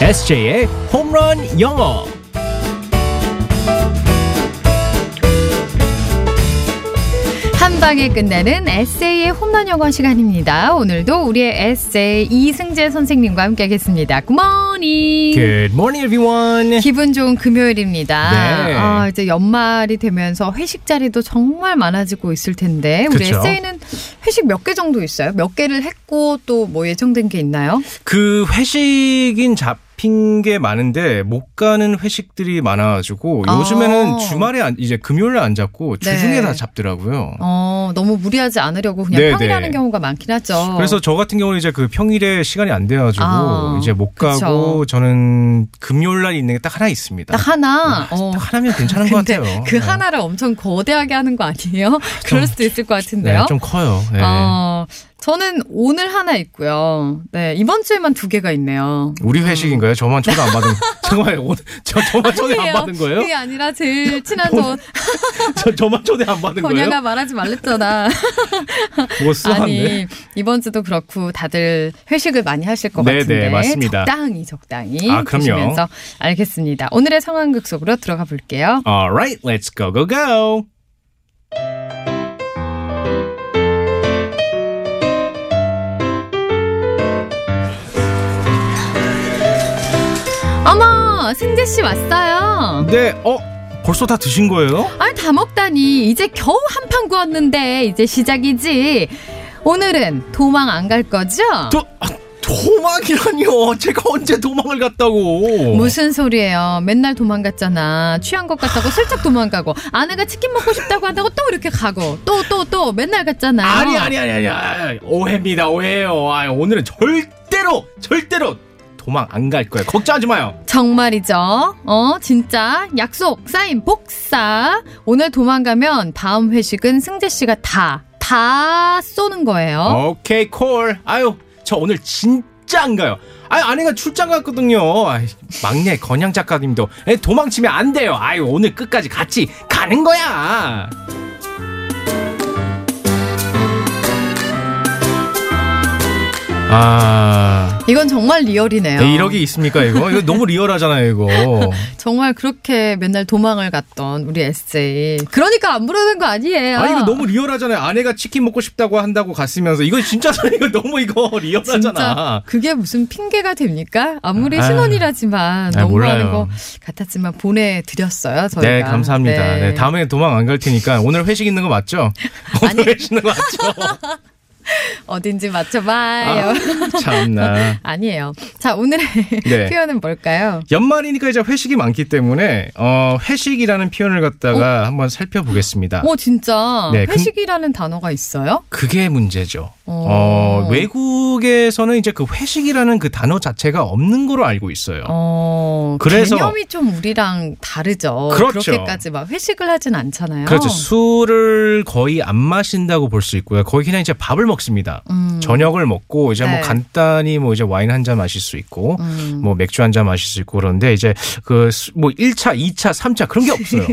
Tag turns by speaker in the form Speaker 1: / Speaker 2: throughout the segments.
Speaker 1: SJ의 홈런 영어.
Speaker 2: 한 방에 끝내는 에세이의 홈런 영어 시간입니다. 오늘도 우리의 에세이 이승재 선생님과 함께하겠습니다. 굿모닝.
Speaker 3: 네.
Speaker 1: Good morning, everyone.
Speaker 2: 기분 좋은 금요일입니다.
Speaker 1: 네.
Speaker 2: 아, 이제 연말이 되면서 회식 자리도 정말 많아지고 있을 텐데 우리
Speaker 1: 그쵸.
Speaker 2: 에세이는 회식 몇 개 정도 있어요? 몇 개를 했고 또 뭐 예정된 게 있나요?
Speaker 3: 그 회식인 잡힌 게 많은데 못 가는 회식들이 많아가지고
Speaker 2: 아.
Speaker 3: 요즘에는 주말에 안, 이제 금요일에 안 잡고 주중에
Speaker 2: 네.
Speaker 3: 다 잡더라고요.
Speaker 2: 어, 너무 무리하지 않으려고 그냥
Speaker 3: 네,
Speaker 2: 평일 하는
Speaker 3: 네.
Speaker 2: 경우가 많긴 하죠.
Speaker 3: 그래서 저 같은 경우는 이제 그 평일에 시간이 안 돼가지고
Speaker 2: 아,
Speaker 3: 이제 못
Speaker 2: 그쵸.
Speaker 3: 가고 저는 금요일 날 있는 게 딱 하나 있습니다. 네.
Speaker 2: 딱 하나. 어.
Speaker 3: 아, 딱 하나면 괜찮은 것
Speaker 2: 근데
Speaker 3: 같아요.
Speaker 2: 그
Speaker 3: 네.
Speaker 2: 하나를 엄청 거대하게 하는 거 아니에요? 그럴 수도 있을 것 같은데요.
Speaker 3: 네, 좀 커요. 네.
Speaker 2: 어, 저는 오늘 하나 있고요. 네, 이번 주에만 두 개가 있네요.
Speaker 3: 우리 회식인가요? 저만 초대 안 받은 잠깐만 오늘 저 저만 초대 안
Speaker 2: 아니에요.
Speaker 3: 받은 거예요?
Speaker 2: 그게 아니라 제일 친한 저
Speaker 3: 저 저만 초대 안 받은 거예요?
Speaker 2: 권야가 말하지 말랬잖아.
Speaker 3: 뭐 쓰한데?
Speaker 2: 아니, 이번 주도 그렇고 다들 회식을 많이 하실 것
Speaker 3: 네네,
Speaker 2: 같은데.
Speaker 3: 맞습니다.
Speaker 2: 적당히 적당히
Speaker 3: 아, 그럼요.
Speaker 2: 드시면서 알겠습니다. 오늘의 상황극 속으로 들어가 볼게요.
Speaker 3: Alright, let's go go go.
Speaker 2: 어머, 승재 씨 왔어요.
Speaker 3: 네, 어 벌써 다 드신 거예요?
Speaker 2: 아, 다 먹다니. 이제 겨우 한 판 구웠는데 이제 시작이지. 오늘은 도망 안 갈 거죠?
Speaker 3: 도 아, 도망이라니요? 제가 언제 도망을 갔다고?
Speaker 2: 무슨 소리예요? 맨날 도망갔잖아. 취한 것 같다고 슬쩍 도망가고 아내가 치킨 먹고 싶다고 한다고 또 이렇게 가고 또 또 또 맨날 갔잖아요.
Speaker 3: 아니 아니 아니 아니, 아니 오해입니다 오해요. 아, 오늘은 절대로 절대로 도망 안 갈 거예요. 걱정하지 마요.
Speaker 2: 정말이죠. 어 진짜 약속 사인 복사. 오늘 도망가면 다음 회식은 승재 씨가 다 다 쏘는
Speaker 3: 어?
Speaker 2: 거예요.
Speaker 3: 오케이 콜. 아유 저 오늘 진짜 안 가요. 아 아내가 출장 갔거든요. 아이, 막내 건양 작가님도 에, 도망치면 안 돼요. 아유 오늘 끝까지 같이 가는 거야. 아
Speaker 2: 이건 정말 리얼이네요.
Speaker 3: 이러기 있습니까 이거? 이거 너무 리얼하잖아요 이거.
Speaker 2: 정말 그렇게 맨날 도망을 갔던 우리 에세이. 그러니까 안 부르는 거 아니에요.
Speaker 3: 아 이거 너무 리얼하잖아요. 아내가 치킨 먹고 싶다고 한다고 갔으면서 이거 진짜 이거 너무 이거
Speaker 2: 진짜
Speaker 3: 리얼하잖아.
Speaker 2: 그게 무슨 핑계가 됩니까? 아무리
Speaker 3: 아,
Speaker 2: 신혼이라지만
Speaker 3: 아,
Speaker 2: 너무 하는
Speaker 3: 몰라요.
Speaker 2: 거 같았지만 보내드렸어요 저희가.
Speaker 3: 네, 감사합니다. 네, 다음에 도망 안 갈 테니까 오늘 회식 있는 거 맞죠? 오늘 회식 있는 거 맞죠?
Speaker 2: 어딘지 맞춰봐요.
Speaker 3: 아, 참나.
Speaker 2: 아. 니에요 자 오늘의
Speaker 3: 네.
Speaker 2: 표현은 뭘까요?
Speaker 3: 연말이니까 이제 회식이 많기 때문에 어, 회식이라는 표현을 갖다가
Speaker 2: 어?
Speaker 3: 한번 살펴보겠습니다.
Speaker 2: 오 어, 진짜
Speaker 3: 네, 근-
Speaker 2: 회식이라는 단어가 있어요?
Speaker 3: 그게 문제죠.
Speaker 2: 어.
Speaker 3: 어, 외국에서는 이제 그 회식이라는 그 단어 자체가 없는 거로 알고 있어요.
Speaker 2: 어,
Speaker 3: 그래서-
Speaker 2: 개념이 좀 우리랑 다르죠.
Speaker 3: 그렇죠.
Speaker 2: 게까지막 회식을 하진 않잖아요.
Speaker 3: 그렇죠. 술을 거의 안 마신다고 볼 수 있고요. 거의 그냥 이제 밥을 먹습니다.
Speaker 2: 음,
Speaker 3: 저녁을 먹고 이제
Speaker 2: 네.
Speaker 3: 뭐 간단히 뭐 이제 와인 한 잔 마실 수 있고
Speaker 2: 음.
Speaker 3: 뭐 맥주 한 잔 마실 수 있고 그런데 이제 그 뭐 1차, 2차, 3차 그런 게 없어요.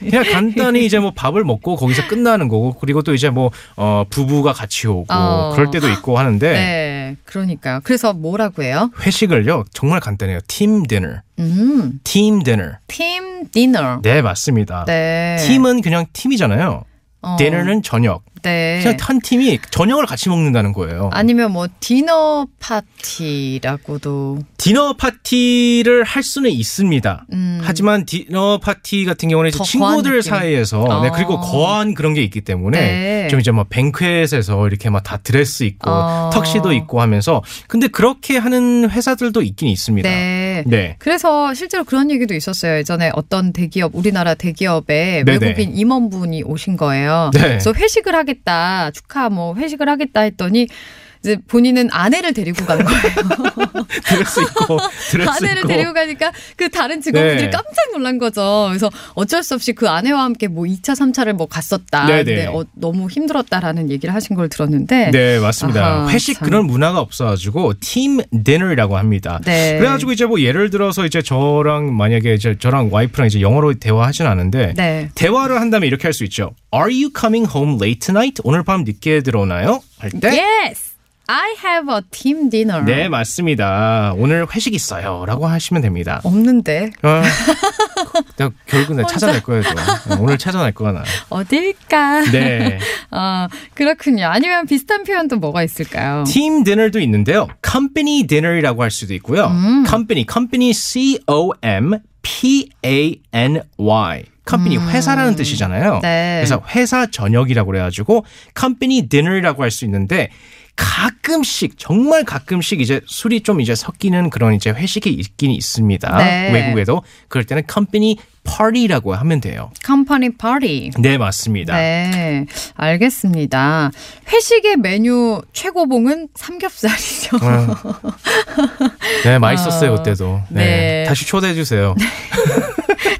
Speaker 3: 그냥 간단히 이제 뭐 밥을 먹고 거기서 끝나는 거고 그리고 또 이제 뭐 어, 부부가 같이 오고
Speaker 2: 어.
Speaker 3: 그럴 때도 있고 하는데
Speaker 2: 네, 그러니까요. 그래서 뭐라고 해요?
Speaker 3: 회식을요. 정말 간단해요. 팀 디너.
Speaker 2: 음,
Speaker 3: 팀 디너.
Speaker 2: 팀 디너.
Speaker 3: 네, 맞습니다.
Speaker 2: 네.
Speaker 3: 팀은 그냥 팀이잖아요.
Speaker 2: 어,
Speaker 3: 디너는 저녁.
Speaker 2: 네.
Speaker 3: 그냥 한 팀이 저녁을 같이 먹는다는 거예요.
Speaker 2: 아니면 뭐 디너 파티라고도
Speaker 3: 디너 파티를 할 수는 있습니다.
Speaker 2: 음.
Speaker 3: 하지만 디너 파티 같은 경우는 이제
Speaker 2: 더 거한
Speaker 3: 친구들
Speaker 2: 느낌.
Speaker 3: 사이에서
Speaker 2: 어.
Speaker 3: 네, 그리고 거한 그런 게 있기 때문에
Speaker 2: 네.
Speaker 3: 좀 이제 막 뱅크엣에서 이렇게 막 다 드레스 입고
Speaker 2: 어.
Speaker 3: 턱시도 입고 하면서 근데 그렇게 하는 회사들도 있긴 있습니다.
Speaker 2: 네.
Speaker 3: 네.
Speaker 2: 그래서 실제로 그런 얘기도 있었어요. 예전에 어떤 대기업, 우리나라 대기업에
Speaker 3: 네네.
Speaker 2: 외국인 임원분이 오신 거예요.
Speaker 3: 네.
Speaker 2: 그래서 회식을 하겠다, 축하 뭐 회식을 하겠다 했더니 이제 본인은 아내를 데리고 간 거예요.
Speaker 3: 드레스 입고 드레스
Speaker 2: 아내를
Speaker 3: 입고
Speaker 2: 데리고 가니까 그 다른 직원분들이
Speaker 3: 네.
Speaker 2: 깜짝 놀란 거죠. 그래서 어쩔 수 없이 그 아내와 함께 뭐 2차, 3차를 뭐 갔었다.
Speaker 3: 네네.
Speaker 2: 근데 어, 너무 힘들었다라는 얘기를 하신 걸 들었는데.
Speaker 3: 네, 맞습니다.
Speaker 2: 아하,
Speaker 3: 회식
Speaker 2: 참.
Speaker 3: 그런 문화가 없어가지고 팀 디너라고 합니다.
Speaker 2: 네.
Speaker 3: 그래가지고 이제 뭐 예를 들어서 이제 저랑 만약에 이제 저랑 와이프랑 이제 영어로 대화하진 않은데
Speaker 2: 네.
Speaker 3: 대화를 한다면 이렇게
Speaker 2: 예.
Speaker 3: 할 수 있죠. Are you coming home late tonight? 오늘 밤 늦게 들어오나요? 할 때
Speaker 2: Yes. I have a team dinner.
Speaker 3: 네, 맞습니다. 오늘 회식 있어요. 라고 하시면 됩니다.
Speaker 2: 없는데
Speaker 3: 어, 나 결국은 내가 찾아낼 거예요. 또. 어, 오늘 찾아낼 거야, 나.
Speaker 2: 어딜까?
Speaker 3: 네.
Speaker 2: 어, 그렇군요. 아니면 비슷한 표현도 뭐가 있을까요?
Speaker 3: 팀 디너도 있는데요. 컴퍼니 디너라고 할 수도 있고요. 컴퍼니, 컴퍼니 C O M P A N Y. 컴퍼니 회사라는 뜻이잖아요.
Speaker 2: 네.
Speaker 3: 그래서 회사 저녁이라고 그래 가지고 컴퍼니 디너라고 할 수 있는데 가끔씩 정말 가끔씩 이제 술이 좀 이제 섞이는 그런 이제 회식이 있긴 있습니다.
Speaker 2: 네.
Speaker 3: 외국에도 그럴 때는 컴퍼니 파티라고 하면 돼요.
Speaker 2: 컴퍼니 파티.
Speaker 3: 네, 맞습니다.
Speaker 2: 네, 알겠습니다. 회식의 메뉴 최고봉은 삼겹살이죠.
Speaker 3: 아. 네, 맛있었어요,
Speaker 2: 어,
Speaker 3: 그때도.
Speaker 2: 네.
Speaker 3: 네. 다시 초대해 주세요.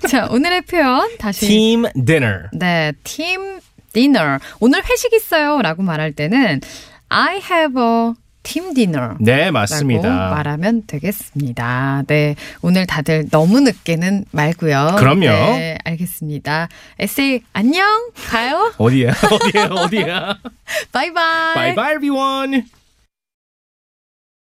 Speaker 2: 자, 오늘의 표현 다시.
Speaker 3: 팀 디너.
Speaker 2: 네, 팀 디너. 오늘 회식 있어요라고 말할 때는 I have a team dinner.
Speaker 3: 네,
Speaker 2: 라고
Speaker 3: 맞습니다.
Speaker 2: 말하면 되겠습니다. 네. 오늘 다들 너무 늦게는 말고요.
Speaker 3: 그럼요.
Speaker 2: 네, 알겠습니다. 에세이 안녕. 가요.
Speaker 3: 어디야? 어디야? 어디야?
Speaker 2: 바이바이.
Speaker 3: Bye bye everyone.